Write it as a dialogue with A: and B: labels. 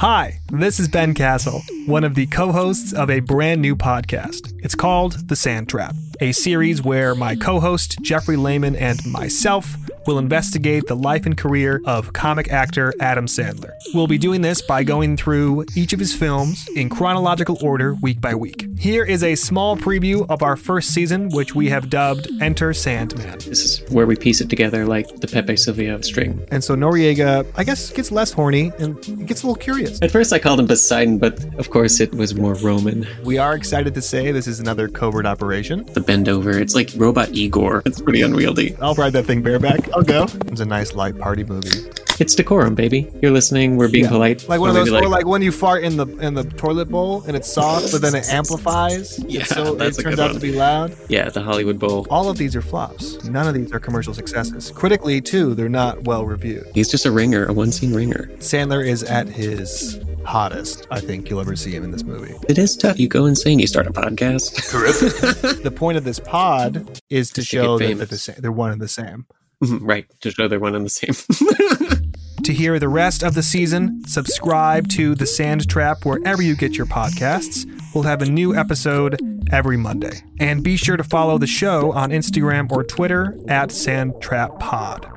A: Hi, this is Ben Castle, one of the co hosts of a brand new podcast. It's called The Sand Trap, a series where my co host, Jeffrey Lehman, and myself will investigate the life and career of comic actor Adam Sandler. We'll be doing this by going through each of his films in chronological order week by week. Here is a small preview of our first season, which we have dubbed Enter Sandman.
B: This is where we piece it together like the Pepe Silvio string.
A: And so Noriega, I guess, gets less horny and gets a little curious.
B: At first, I called him Poseidon, but of course, it was more Roman.
A: We are excited to say this is another covert operation.
B: The bend over, it's like Robot Igor. It's pretty unwieldy.
A: I'll ride that thing bareback. I'll go. It's a nice light party movie.
B: It's decorum, baby. You're listening, we're being
A: Yeah.
B: polite.
A: Like one of
B: We're
A: those,
B: really
A: or like when you fart in the in the toilet bowl and it's soft, but then it amplifies.
B: Yeah,
A: It's so
B: that's
A: it
B: a
A: turns
B: good
A: out
B: one.
A: to be loud.
B: yeah, the Hollywood Bowl.
A: All of these are flops. None of these are commercial successes. Critically, too, they're not well reviewed.
B: He's just a ringer, a one scene ringer.
A: Sandler is at his hottest. I think you'll ever see him in this movie.
B: It is tough. You go insane, you start a podcast.
A: The point of this pod is to
B: Just to
A: show that
B: get
A: they're, the
B: famous.
A: same, they're one and the same.
B: right, to show they're one and the same.
A: To hear the rest of the season, subscribe to The Sand Trap wherever you get your podcasts. We'll have a new episode every Monday. And be sure to follow the show on Instagram or Twitter at Sand Trap Pod.